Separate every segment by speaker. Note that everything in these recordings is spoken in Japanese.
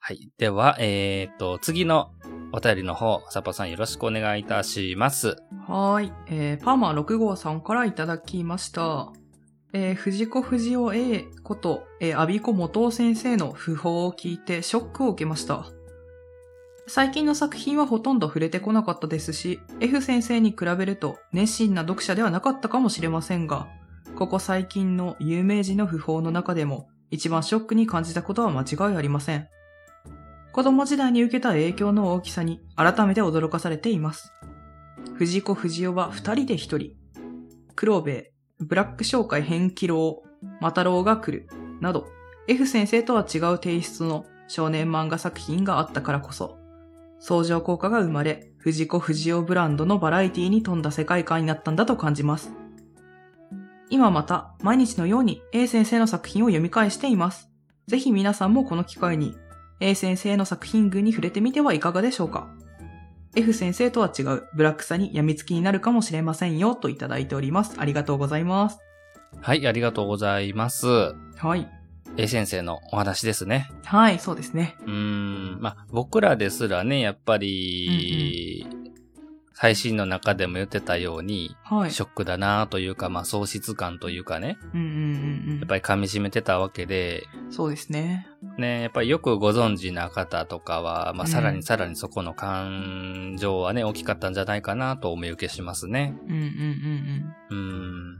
Speaker 1: はい。では、えー、っと、次のお便りの方、サポさんよろしくお願いいたします。
Speaker 2: はーい、えーパーマ6号さんからいただきました。えー藤子不二雄 A こと、えー、阿鼻子元夫先生の訃報を聞いてショックを受けました。最近の作品はほとんど触れてこなかったですし、F 先生に比べると熱心な読者ではなかったかもしれませんが、ここ最近の有名人の訃報の中でも一番ショックに感じたことは間違いありません。子供時代に受けた影響の大きさに改めて驚かされています。藤子不二雄は二人で一人。黒兵衛、ブラック商会変気郎、マタロウが来る、など、F 先生とは違うテイストの少年漫画作品があったからこそ、相乗効果が生まれ、藤子不二雄ブランドのバラエティに富んだ世界観になったんだと感じます。今また、毎日のように A 先生の作品を読み返しています。ぜひ皆さんもこの機会に、A 先生の作品群に触れてみてはいかがでしょうか。F 先生とは違うブラックさに病みつきになるかもしれませんよといただいております。ありがとうございます。
Speaker 1: はい、ありがとうございます。
Speaker 2: はい。
Speaker 1: A 先生のお話ですね。
Speaker 2: はい、そうですね。
Speaker 1: うーん、まあ、僕らですらね、やっぱり、最新の中でも言ってたように、
Speaker 2: はい。
Speaker 1: ショックだなというか、まあ、喪失感というかね、
Speaker 2: うんうんうんうん。
Speaker 1: やっぱり噛み締めてたわけで、
Speaker 2: そうですね。
Speaker 1: ね、やっぱりよくご存知な方とかは、ま
Speaker 2: う
Speaker 1: あ、
Speaker 2: ん
Speaker 1: さらにさらにそこの感情はね、大きかったんじゃないかなとお見受けしますね。
Speaker 2: うんうんうんうん。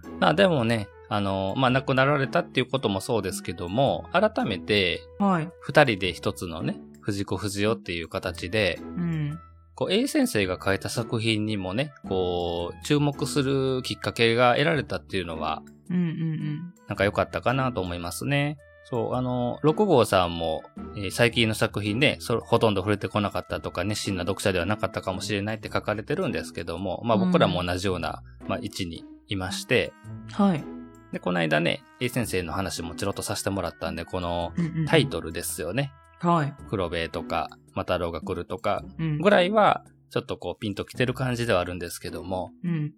Speaker 1: うん。まあ、でもね、あの、まあ、亡くなられたっていうこともそうですけども、改めて、
Speaker 2: はい。
Speaker 1: 二人で一つのね、藤子不二雄っていう形で、
Speaker 2: うん。
Speaker 1: こう、A 先生が書いた作品にもね、こう、注目するきっかけが得られたっていうのは、
Speaker 2: うんうん
Speaker 1: なんか良かったかなと思いますね。そう、あの、六号さんも、えー最近の作品で、そほとんど触れてこなかったとか、熱心な読者ではなかったかもしれないって書かれてるんですけども、まあ
Speaker 2: うん
Speaker 1: 僕らも同じような、まあ位置にいまして、
Speaker 2: うん。はい。
Speaker 1: で、この間ね、A 先生の話もちろっとさせてもらったんで、この
Speaker 2: うんうん、
Speaker 1: タイトルですよね。
Speaker 2: ル。はい。
Speaker 1: 黒部とか、マタロウが来るとか、
Speaker 2: うん。
Speaker 1: ぐらいは、ちょっとこうピンと来てる感じではあるんですけども、
Speaker 2: うん。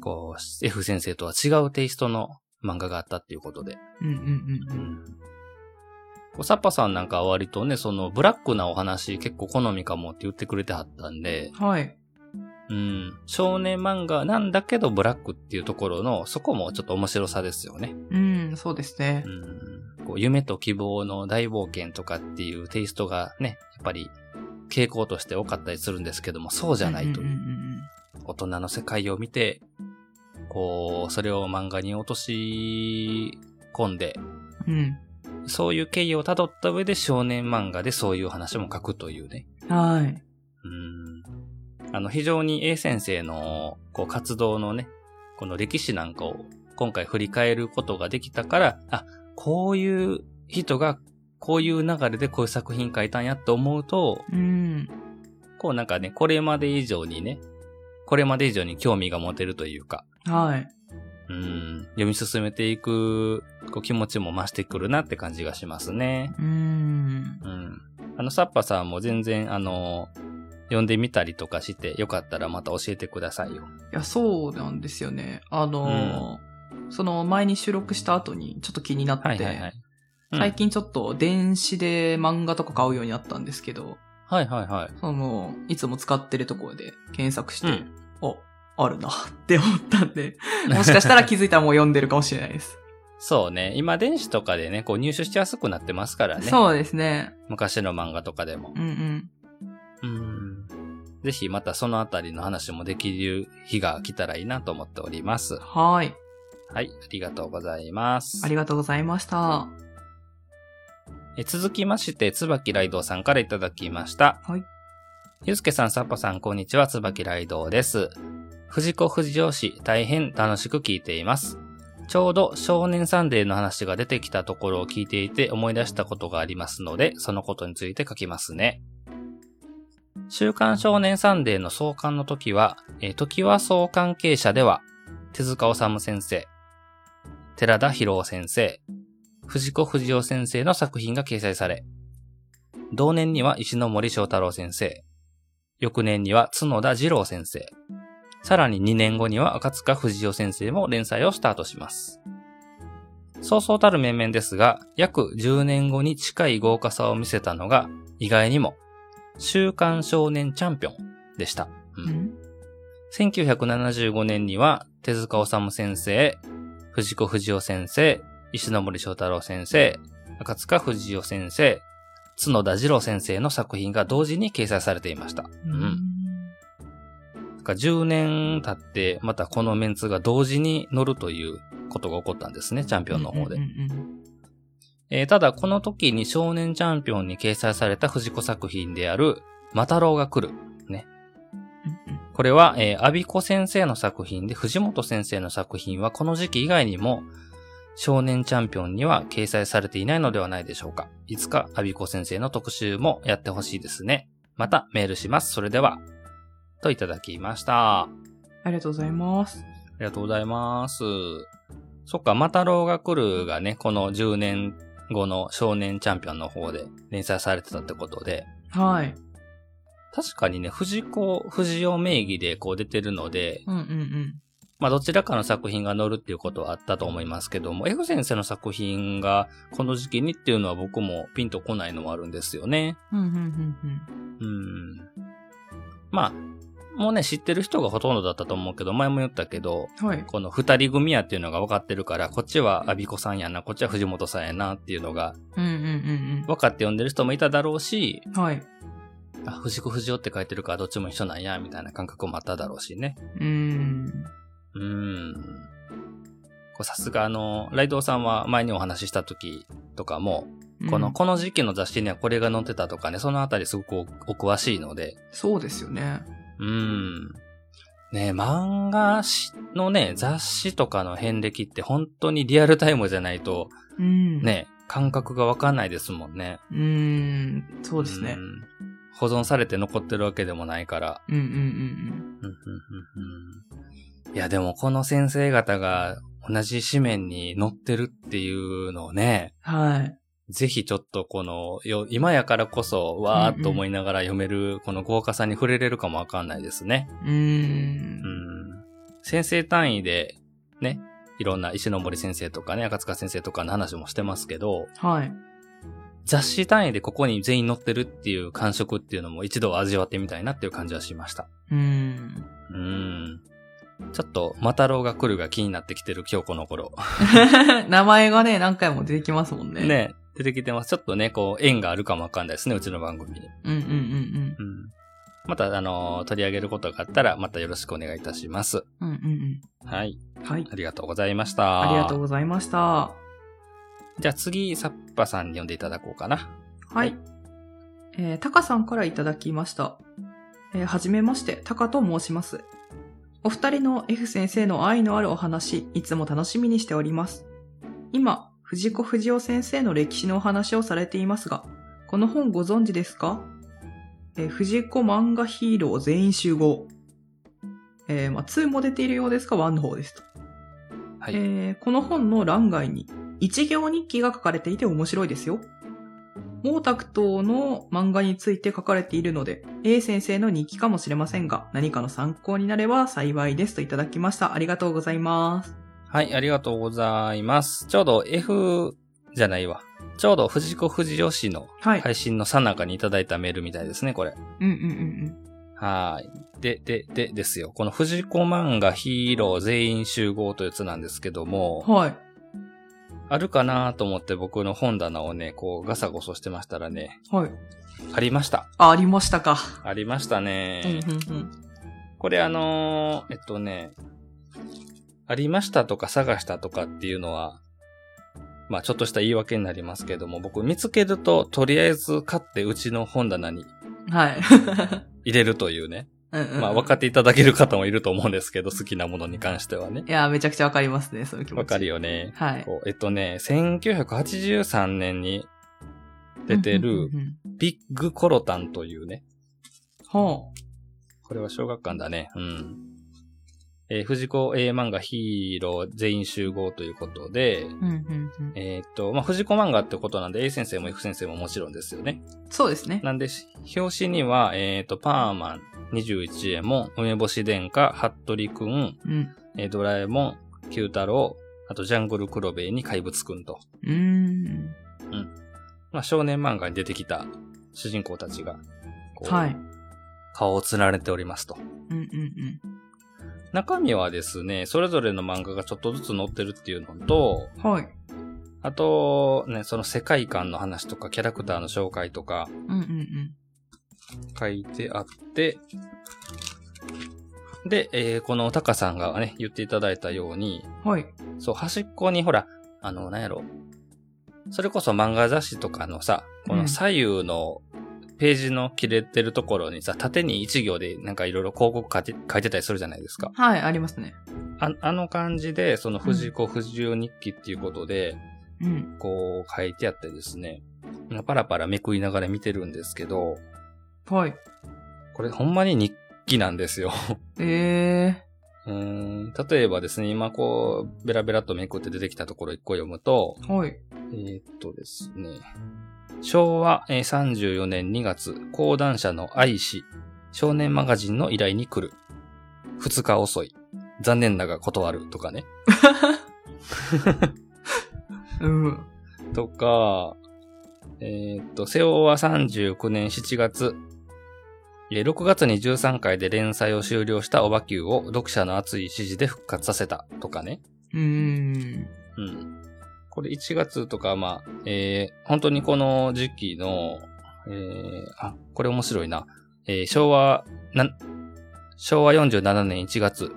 Speaker 1: こう、F 先生とは違うテイストの漫画があったっていうことで。
Speaker 2: うんうんうんうん。
Speaker 1: こうサッパさんなんかは割とね、そのブラックなお話結構好みかもって言ってくれてはったんで、
Speaker 2: はい。
Speaker 1: うん、少年漫画なんだけどブラックっていうところの、そこもちょっと面白さですよね。
Speaker 2: うん、そうですね
Speaker 1: う。ん、こう夢と希望の大冒険とかっていうテイストがね、やっぱり傾向として多かったりするんですけども、そうじゃないという
Speaker 2: うんうんうん
Speaker 1: 大人の世界を見て、こう、それを漫画に落とし込んで、
Speaker 2: うん。
Speaker 1: そういう経緯を辿った上で少年漫画でそういう話も書くというね。
Speaker 2: うん。はい。
Speaker 1: うん。あの、非常に A 先生の、こう、活動のね、この歴史なんかを今回振り返ることができたから、あ、こういう人が、こういう流れでこういう作品書いたんやって思うと、
Speaker 2: うん。
Speaker 1: こうなんかね、これまで以上にね、これまで以上に興味が持てるというか、
Speaker 2: はい。
Speaker 1: うん、読み進めていくこう気持ちも増してくるなって感じがしますね。
Speaker 2: うん。
Speaker 1: うん。あの、サッパさんも全然、あの、読んでみたりとかして、よかったらまた教えてくださいよ。
Speaker 2: いや、そうなんですよね。あのーその前に収録した後にちょっと気になって、
Speaker 1: はいはいはい。うん
Speaker 2: 最近ちょっと電子で漫画とか買うようになったんですけど、
Speaker 1: はいはいはい。
Speaker 2: その、いつも使ってるところで検索して、
Speaker 1: うん
Speaker 2: お、あるなって思ったんで、もしかしたら気づいたらもう読んでるかもしれないです。
Speaker 1: そうね。今、電子とかでね、こう入手しやすくなってますからね。
Speaker 2: そうですね。
Speaker 1: 昔の漫画とかでも
Speaker 2: う。ん
Speaker 1: うん。ぜひまたそのあたりの話もできる日が来たらいいなと思っております
Speaker 2: うん。。はい。
Speaker 1: はい。ありがとうございます
Speaker 2: あ。りがとうございました。
Speaker 1: え続きまして、椿ライドウさんからいただきました。
Speaker 2: はい。
Speaker 1: ゆうすけさん、さっぱさん、こんにちは。椿ライドウです。藤子不二雄氏、大変楽しく聞いています。ちょうど少年サンデーの話が出てきたところを聞いていて思い出したことがありますので、そのことについて書きますね。週刊少年サンデーの創刊の時は、えー時は総関係者では、手塚治虫先生、寺田博夫先生、藤子不二雄先生の作品が掲載され、同年には石ノ森章太郎先生、翌年には角田二郎先生、さらに2年後には赤塚不二雄先生も連載をスタートします。そうそうたる面々ですが、約10年後に近い豪華さを見せたのが、意外にも、週刊少年チャンピオンでした。うん
Speaker 2: うん
Speaker 1: 1975年には、手塚治虫先生、藤子不二雄先生、石ノ森章太郎先生、赤塚不二夫先生、角田二郎先生の作品が同時に掲載されていました。うん。だから10年経って、またこのメンツが同時に乗るということが起こったんですね、チャンピオンの方で。
Speaker 2: うんうんうん
Speaker 1: えーただ、この時に少年チャンピオンに掲載された藤子作品である、マタロウが来る。
Speaker 2: うん
Speaker 1: これは、えー、アビコ先生の作品で、藤本先生の作品は、この時期以外にも、少年チャンピオンには掲載されていないのではないでしょうか。いつか、アビコ先生の特集もやってほしいですね。また、メールします。それでは、といただきました。あ
Speaker 2: ありがとうございます。
Speaker 1: りがとうございます。そっか、マタロウが来るがね、この10年後の少年チャンピオンの方で連載されてたってことで、
Speaker 2: はい。
Speaker 1: 確かにね、藤子、藤尾名義でこう出てるので、
Speaker 2: うんうんうん。
Speaker 1: まあ、どちらかの作品が載るっていうことはあったと思いますけども、F 先生の作品がこの時期にっていうのは僕もピンとこないのもあるんですよね。
Speaker 2: うんうんうん
Speaker 1: うん。まあ、もうね、知ってる人がほとんどだったと思うけど、前も言ったけど、
Speaker 2: うん。はい。
Speaker 1: この二人組やっていうのが分かってるから、こっちはアビコさんやな、こっちは藤本さんやなっていうのが
Speaker 2: うんうんうん
Speaker 1: 分かって読んでる人もいただろうし、
Speaker 2: うん。はい。
Speaker 1: あ、藤子藤尾って書いてるからどっちも一緒なんや、みたいな感覚もあっただろうしね。
Speaker 2: うーん。
Speaker 1: うーん。こうさすがあの、ライドウさんは前にお話しした時とかも、この、
Speaker 2: うん
Speaker 1: この時期の雑誌にはこれが載ってたとかね、そのあたりすごくおお詳しいので、
Speaker 2: そうですよね。
Speaker 1: うーん。ねえ漫画誌のね、雑誌とかの遍歴って本当にリアルタイムじゃないと、
Speaker 2: うん。。
Speaker 1: ね、感覚がわかんないですもんね。
Speaker 2: うーん。そうですね
Speaker 1: う。ん保存されて残ってるわけでもないから。
Speaker 2: うんうんうん
Speaker 1: うんうんうんうんいや、でもこの先生方が同じ紙面に載ってるっていうのをね、
Speaker 2: うん。はい。
Speaker 1: ぜひちょっとこの、よ今やからこそ、わーっと思いながら読める、この豪華さに触れれるかもわかんないですね。
Speaker 2: うーん
Speaker 1: う。ん。先生単位で、ね、いろんな石ノ森先生とかね、赤塚先生とかの話もしてますけど、
Speaker 2: はい。
Speaker 1: 雑誌単位でここに全員載ってるっていう感触っていうのも一度味わってみたいなっていう感じはしました。
Speaker 2: うん。
Speaker 1: うーん。ちょっと、マタロウが来るが気になってきてる今日この頃。
Speaker 2: 名前がね、何回も出てきますもんね。。
Speaker 1: ね、出てきてます。ちょっとね、こう、縁があるかもわかんないですね、うちの番組に。
Speaker 2: うんうんうん
Speaker 1: うん。また、あのー取り上げることがあったら、またよろしくお願いいたします。
Speaker 2: うん。うんうん
Speaker 1: はい。
Speaker 2: うん。はい。
Speaker 1: ありがとうございました。
Speaker 2: ありがとうございました。は
Speaker 1: じゃあ次、サッパさんに読んでいただこうかな。
Speaker 2: い。えー、タカさんからいただきました。えーはじめまして、タカと申します。お二人の F 先生の愛のあるお話、いつも楽しみにしております。今、藤子不二雄先生の歴史のお話をされていますが、この本ご存知ですか、えー藤子漫画ヒーロー全員集合。えーまあ、2も出ているようですが、1の方ですと。
Speaker 1: はい。
Speaker 2: えーこの本の欄外に一行日記が書かれていて面白いですよ。毛沢東の漫画について書かれているので、A 先生の日記かもしれませんが、何かの参考になれば幸いですといただきました。ありがとうございます。
Speaker 1: はい、ありがとうございます。ちょうど F じゃないわ。ちょうど藤子不二雄氏の
Speaker 2: はい。
Speaker 1: 配信の最中にいただいたメールみたいですね、これ。
Speaker 2: うんうんうん
Speaker 1: はーい。で、で、で、ですよ。この藤子漫画ヒーロー全員集合というやつなんですけども
Speaker 2: うん。、はい。
Speaker 1: あるかなと思って僕の本棚をね、こうガサゴソしてましたらね、
Speaker 2: はい。
Speaker 1: ありました。
Speaker 2: あ、ありましたか。
Speaker 1: ありました
Speaker 2: うん
Speaker 1: ね。
Speaker 2: うんうん。
Speaker 1: これあのーえっとね、ありましたとか探したとかっていうのは、まあちょっとした言い訳になりますけども、僕見つけるととりあえず買ってうちの本棚に
Speaker 2: はい。
Speaker 1: 入れるというね。
Speaker 2: うんうんうん
Speaker 1: まあ分かっていただける方もいると思うんですけど、好きなものに関してはね。
Speaker 2: いや、めちゃくちゃわかりますね、そういう気持ち。
Speaker 1: わかる。よね。
Speaker 2: はい。
Speaker 1: こうえっとね、1983年に出て
Speaker 2: うんう
Speaker 1: る
Speaker 2: んうんうん。
Speaker 1: ビッグコロタンというね、
Speaker 2: ほ
Speaker 1: これは小学館だね。うん。えー藤子 A 漫画ヒーロー全員集合ということで、
Speaker 2: う。うんうんうん。
Speaker 1: えーっと、まあ、藤子漫画ってことなんで A 先生も F 先生ももちろんですよね。
Speaker 2: そうですね。
Speaker 1: なんで、表紙には、えーっと、パーマン21エモン、梅干し殿下、服部くん、
Speaker 2: うん。
Speaker 1: えードラえもん、九太郎、あとジャングル黒部に怪物くんと、
Speaker 2: うーん。
Speaker 1: まあ、少年漫画に出てきた主人公たちが、こう、
Speaker 2: はい。
Speaker 1: 顔をつられておりますと。
Speaker 2: うんうん
Speaker 1: 中身はですね、それぞれの漫画がちょっとずつ載ってるっていうのと、
Speaker 2: うん。はい。
Speaker 1: あと、ね、その世界観の話とか、キャラクターの紹介とか
Speaker 2: うんうんうん。
Speaker 1: 書いてあって、で、えーこのタカさんがね、言っていただいたように、
Speaker 2: はい。
Speaker 1: そう、端っこにほら、あの、なんやろ。それこそ漫画雑誌とかのさ、こ
Speaker 2: う
Speaker 1: の
Speaker 2: ん
Speaker 1: 左右のページの切れてるところにさ、縦に一行でなんかいろいろ広告書いて書いてたりするじゃないですか。
Speaker 2: はい、ありますね。
Speaker 1: ああの感じで、その藤子不二雄日記っていうことで、
Speaker 2: うん。
Speaker 1: こう書いてあってですね、パラパラめくりながら見てるんですけど、
Speaker 2: はい。
Speaker 1: これほんまに日記なんですよ。
Speaker 2: え
Speaker 1: うーん例えばですね、今こう、ベラベラとめくって出てきたところ一個読むと、
Speaker 2: ー、はい。
Speaker 1: えーっとですね。昭和えー34年2月、講談社の愛し、少年マガジンの依頼に来る。2日遅い。残念だが断る。とかね。
Speaker 2: うん。
Speaker 1: とか、えーっと、昭和39年7月、えー6月に13回で連載を終了したオバキューを読者の熱い支持で復活させた。とかね。
Speaker 2: うーん。
Speaker 1: うん。これ1月とか、まあ、えー本当にこの時期の、えーあ、これ面白いな。えー昭和、な、昭和47年1月、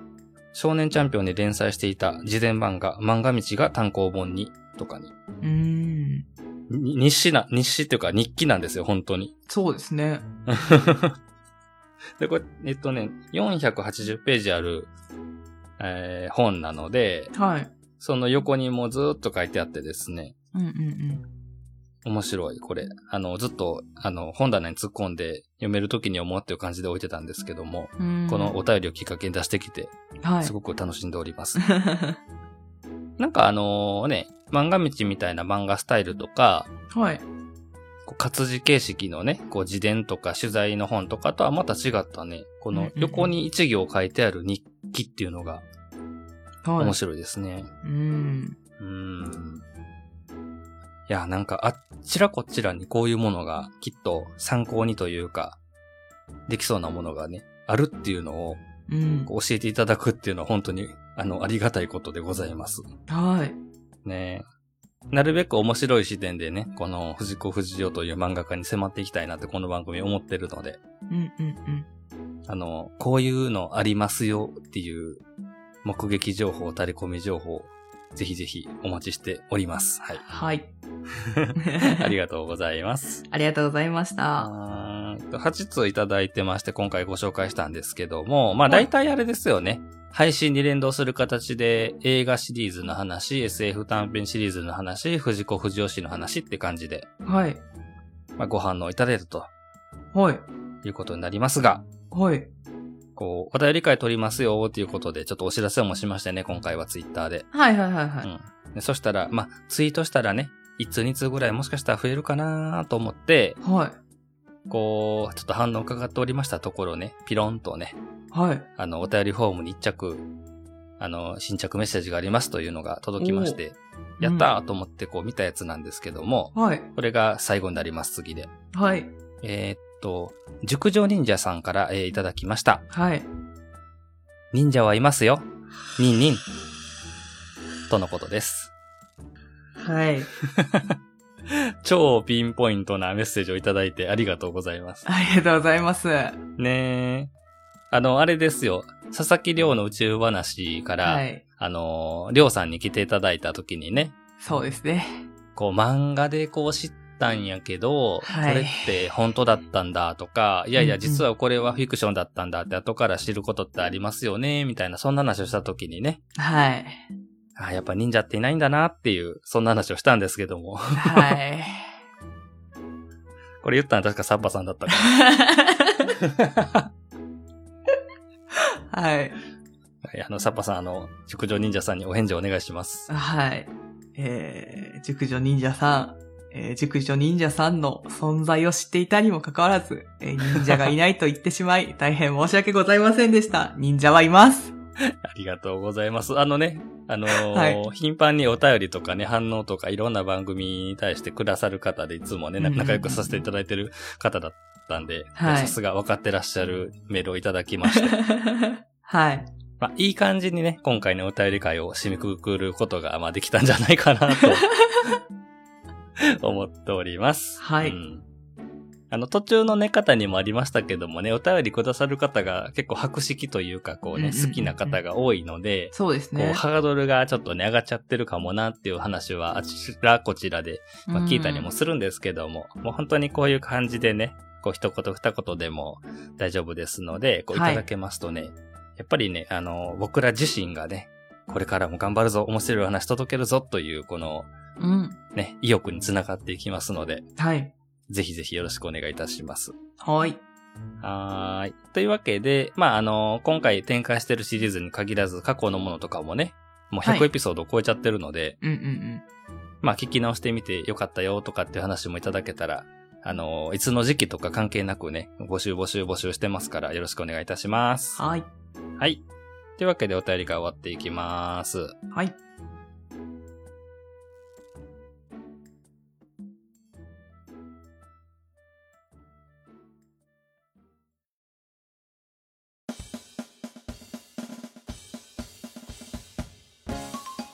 Speaker 1: 少年チャンピオンに連載していた自伝漫画、漫画道が単行本に、とかに。
Speaker 2: うーん。
Speaker 1: に日誌な、日誌っていうか日記なんですよ、本当に。
Speaker 2: そうですね。
Speaker 1: で、これ、えっとね、480ページある、えー本なので、
Speaker 2: はい。
Speaker 1: その横にもうずーっと書いてあってですね。
Speaker 2: うんうんうん。
Speaker 1: 面白い、これ。あの、ずっと、あの、本棚に突っ込んで読めるときに思うっていう感じで置いてたんですけども、
Speaker 2: うーん
Speaker 1: このお、便りをきっかけに出してきて、
Speaker 2: は
Speaker 1: す
Speaker 2: い。
Speaker 1: ごく楽しんでおります。 なんかあのね、漫画道みたいな漫画スタイルとか、
Speaker 2: はい。
Speaker 1: こう活字形式のね、こう自伝とか取材の本とかとはまた違ったね、こ
Speaker 2: うんう
Speaker 1: の
Speaker 2: んうん
Speaker 1: 横に一行書いてある日記っていうのが
Speaker 2: はい。
Speaker 1: 面白いですね。
Speaker 2: うーん。
Speaker 1: うーん。いや、なんか、あっちらこっちらにこういうものが、きっと参考にというか、できそうなものがね、あるっていうのを
Speaker 2: うん。
Speaker 1: こう教えていただくっていうのは本当に、あの、ありがたいことでございます。
Speaker 2: はい。
Speaker 1: ねえなるべく面白い視点でね、この藤子不二雄という漫画家に迫っていきたいなってこの番組思ってるので、
Speaker 2: うんうんうん。
Speaker 1: あの、こういうのありますよっていう目撃情報、垂れ込み情報、ぜひぜひお待ちしております。はい。
Speaker 2: はい。
Speaker 1: ありがとうございます。
Speaker 2: ありがとうございました。
Speaker 1: あー8通いただいてまして、今回ご紹介したんですけども、まあ
Speaker 2: は
Speaker 1: 大
Speaker 2: い
Speaker 1: 体あれですよね。配信に連動する形で、映画シリーズの話、SF 短編シリーズの話、藤子不二雄氏の話って感じで、
Speaker 2: はい。
Speaker 1: まあ、ご反応いただいたと
Speaker 2: はい。
Speaker 1: いうことになりますが、
Speaker 2: はい。
Speaker 1: こう、お便り会取りますよということで、ちょっとお知らせもしましてね、今回はツイッターで。
Speaker 2: はいはいはいは
Speaker 1: う
Speaker 2: い。
Speaker 1: んでそしたら、まあ、ツイートしたらね、1通2通ぐらいもしかしたら増えるかなと思って、
Speaker 2: はい。
Speaker 1: こう、ちょっと反応伺っておりましたところね、ピロンとね、
Speaker 2: はい。
Speaker 1: あの、お便りフォームに一着、あの、新着メッセージがありますというのが届きまして、
Speaker 2: お
Speaker 1: やったーと思ってこう見たやつなんですけども、
Speaker 2: はい。
Speaker 1: これが最後になります、次で。
Speaker 2: はい。
Speaker 1: えーっと、熟女忍者さんから、えーいただきました。
Speaker 2: はい。
Speaker 1: 忍者はいますよ。ニンニン。とのことです。
Speaker 2: はい。
Speaker 1: 超ピンポイントなメッセージをいただいてありがとうございます。
Speaker 2: ありがとうございます。は
Speaker 1: ねえ。あの、あれですよ。佐々木亮の宇宙話から、
Speaker 2: い。
Speaker 1: あの、亮さんに来ていただいた時にね、
Speaker 2: そうですね。
Speaker 1: こう漫画でこう知ったんやけど、
Speaker 2: はい
Speaker 1: これって本当だったんだとか、いやいや
Speaker 2: うんうん
Speaker 1: 実はこれはフィクションだったんだって後から知ることってありますよね、みたいなそんな話をした時にね、
Speaker 2: はい。
Speaker 1: あやっぱ忍者っていないんだなっていう、そんな話をしたんですけども、
Speaker 2: はい。
Speaker 1: これ言ったの確かサッパさんだったか
Speaker 2: はい。
Speaker 1: らはい、あのサッパさんあの、熟女忍者さんにお返事お願いします。
Speaker 2: はい。えー、熟女忍者さん、えー、熟女忍者さんの存在を知っていたにもかかわ らず、えー忍者がいないと言ってしまい、大変申し訳ございませんでした。忍者はいます。
Speaker 1: ありがとうございます。あのね、あのー
Speaker 2: はい
Speaker 1: 頻繁にお便りとかね、反応とかいろんな番組に対してくださる方で、いつもね、な
Speaker 2: うん
Speaker 1: 仲良くさせていただいてる方だったんで、
Speaker 2: はい
Speaker 1: さすが分かってらっしゃるメールをいただきま した。
Speaker 2: はい。
Speaker 1: まあ、いい感じにね、今回のお便り会を締めくくることが、まあ、できたんじゃないか なと思っております。
Speaker 2: はい
Speaker 1: うんあの、途中のね、方にもありましたけどもね、お便りくださる方が結構白色というか、こうね、
Speaker 2: うんうんうんうん
Speaker 1: 好きな方が多いので、
Speaker 2: そうです
Speaker 1: こう、
Speaker 2: ね。
Speaker 1: ハードルがちょっとね、上がっちゃってるかもなっていう話は、あちらこちらで、まあ、聞いたりも
Speaker 2: うん
Speaker 1: するんですけども、もう本当にこういう感じでね、こう一言二言でも大丈夫ですので、こうい
Speaker 2: はい
Speaker 1: ただけますとね、やっぱりね、あの、僕ら自身がね、これからも頑張るぞ、面白い話届けるぞという、この
Speaker 2: うん。
Speaker 1: ね、意欲につながっていきますので、
Speaker 2: はい。
Speaker 1: ぜひぜひよろしくお願いいたします。
Speaker 2: はい。
Speaker 1: はーい。というわけで、まあ、あの、今回展開してるシリーズに限らず、過去のものとかもね、もう
Speaker 2: はい
Speaker 1: 100エピソードを超えちゃってるので、
Speaker 2: うんうん
Speaker 1: まあ、聞き直してみてよかったよとかっていう話もいただけたら、あの、いつの時期とか関係なくね、募集募集募集してますからよろしくお願いいたします。
Speaker 2: うん。
Speaker 1: は
Speaker 2: はい。
Speaker 1: い。というわけでお便りが終わっていきます。
Speaker 2: はい。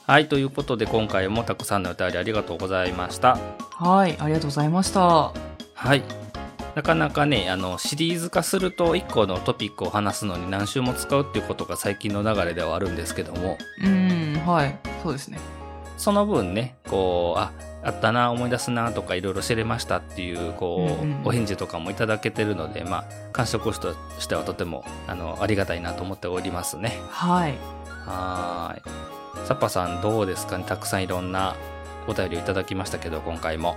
Speaker 1: はい。ということで今回もたくさんのお便りありがとうございました。
Speaker 2: はい。ありがとうございました。
Speaker 1: はい。なかなかね、あの、シリーズ化すると1個のトピックを話すのに何週も使うっていうことが最近の流れではあるんですけども、
Speaker 2: うん。はい。そうですね。
Speaker 1: その分ね、こう、あ、あったな、思い出すなとかいろいろ知れましたっていう、こう、
Speaker 2: うんうん
Speaker 1: お返事とかもいただけてるので、まあ、感触としてはとても、あの、ありがたいなと思っておりますね。
Speaker 2: はい。
Speaker 1: はーい。サッパさんどうですかねたくさんいろんなお便りをいただきましたけど、今回も。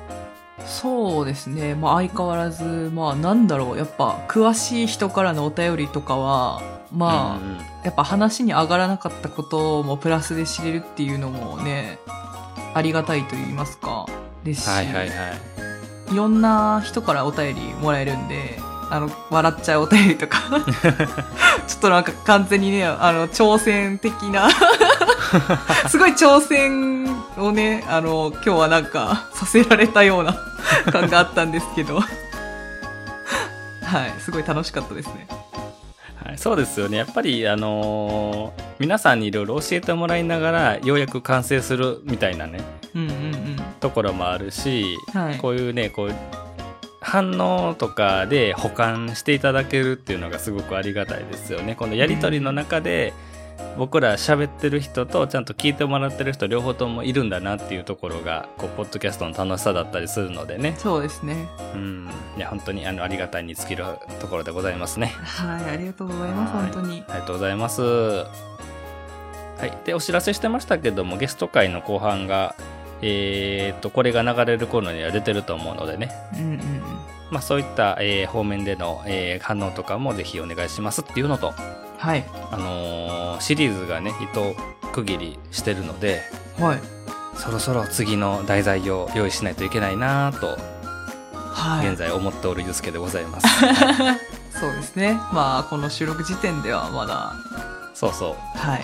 Speaker 2: そうですね。まあ相変わらず、まあなんだろう。やっぱ詳しい人からのお便りとかは、まあ、
Speaker 1: うんうん
Speaker 2: やっぱ話に上がらなかったこともプラスで知れるっていうのもね、ありがたいと言いますか。ですし、
Speaker 1: はいはいはい。
Speaker 2: いろんな人からお便りもらえるんで、あの、笑っちゃうお便りとか。 ちょっとなんか完全にね、あの、挑戦的な。 すごい挑戦をね、あの、今日はなんかさせられたような 感があったんですけど。 はい、すごい楽しかったですね。
Speaker 1: はい、そうですよね。やっぱり、あのー皆さんにいろいろ教えてもらいながら、ようやく完成するみたいなね、
Speaker 2: うんうん
Speaker 1: ところもあるし、
Speaker 2: うん。はい。
Speaker 1: こういうねこう反応とかで保管していただけるっていうのがすごくありがたいですよね。このやり取りの中で僕ら喋ってる人とちゃんと聞いてもらってる人両方ともいるんだなっていうところがこうポッドキャストの楽しさだったりするのでね、
Speaker 2: そうですね。
Speaker 1: うん、いや本当にあのありがたいに尽きるところでございますね。
Speaker 2: はい、ありがとうございます、
Speaker 1: はい
Speaker 2: 本当に。
Speaker 1: ありがとうございます。はい、でお知らせしてましたけどもゲスト会の後半が、えー、とこれが流れる頃には出てると思うのでね
Speaker 2: うんうんうん。
Speaker 1: まあ、そういった、えー方面での、えー反応とかもぜひお願いしますっていうのと、
Speaker 2: はい。
Speaker 1: あのーシリーズがね一区切りしてるので
Speaker 2: はい。
Speaker 1: そろそろ次の題材を用意しないといけないなぁと
Speaker 2: はい。
Speaker 1: 現在思っておるゆうすけでございます、
Speaker 2: そうですね。まあ、この収録時点ではまだ、
Speaker 1: そうそう
Speaker 2: はい。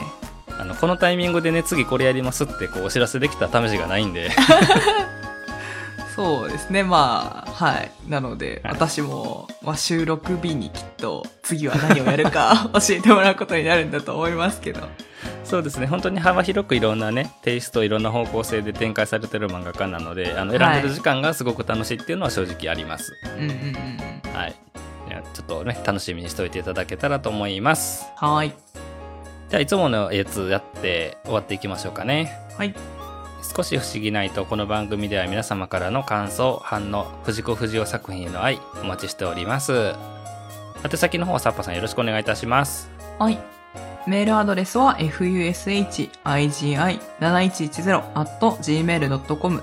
Speaker 1: あのこのタイミングでね次これやりますってこうお知らせできた試しがないんで
Speaker 2: そうですね。まあ、はい。なので、
Speaker 1: はい
Speaker 2: 私も、まあ、収録日にきっと、次は何をやるか 教えてもらうことになるんだと思いますけど。
Speaker 1: そうですね本当に幅広くいろんなねテイストいろんな方向性で展開されてる漫画家なのであの選んでる時間がすごく楽しいっていうのは正直あります、
Speaker 2: うんうんうんうん。
Speaker 1: はい。いやちょっとね、楽しみにしておいていただけたらと思います。
Speaker 2: はい。
Speaker 1: じゃあ、いつものやつやって終わっていきましょうかね。
Speaker 2: はい。
Speaker 1: 少し不思議ないと、この番組では皆様からの感想、反応、藤子不二雄作品への愛、お待ちしております。宛先の方はサッパさんよろしくお願いいたします。
Speaker 2: はい。メールアドレスは fushigi7110.gmail.com。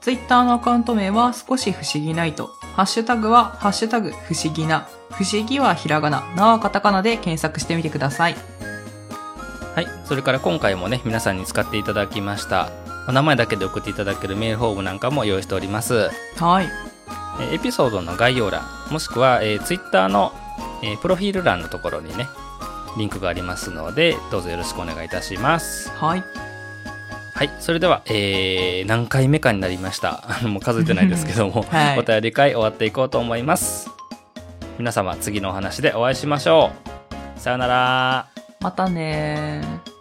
Speaker 2: ツイッターのアカウント名は少し不思議ないと。ハッシュタグは、ハッシュタグ不思議な。不思議はひらがな、なはカタカナで検索してみてください。
Speaker 1: はい。それから今回もね、皆さんに使っていただきました。お名前だけで送っていただけるメールフォームなんかも用意しております。
Speaker 2: はい。
Speaker 1: えーエピソードの概要欄もしくは、えー、Twitter の、えープロフィール欄のところにねリンクがありますので、どうぞよろしくお願いいたします。
Speaker 2: はい。
Speaker 1: はい、それでは、えー、何回目かになりました。 あのもう数えてないですけども、
Speaker 2: はい
Speaker 1: お便り会終わっていこうと思います。皆様、次のお話でお会いしましょう。さようなら。
Speaker 2: またねー。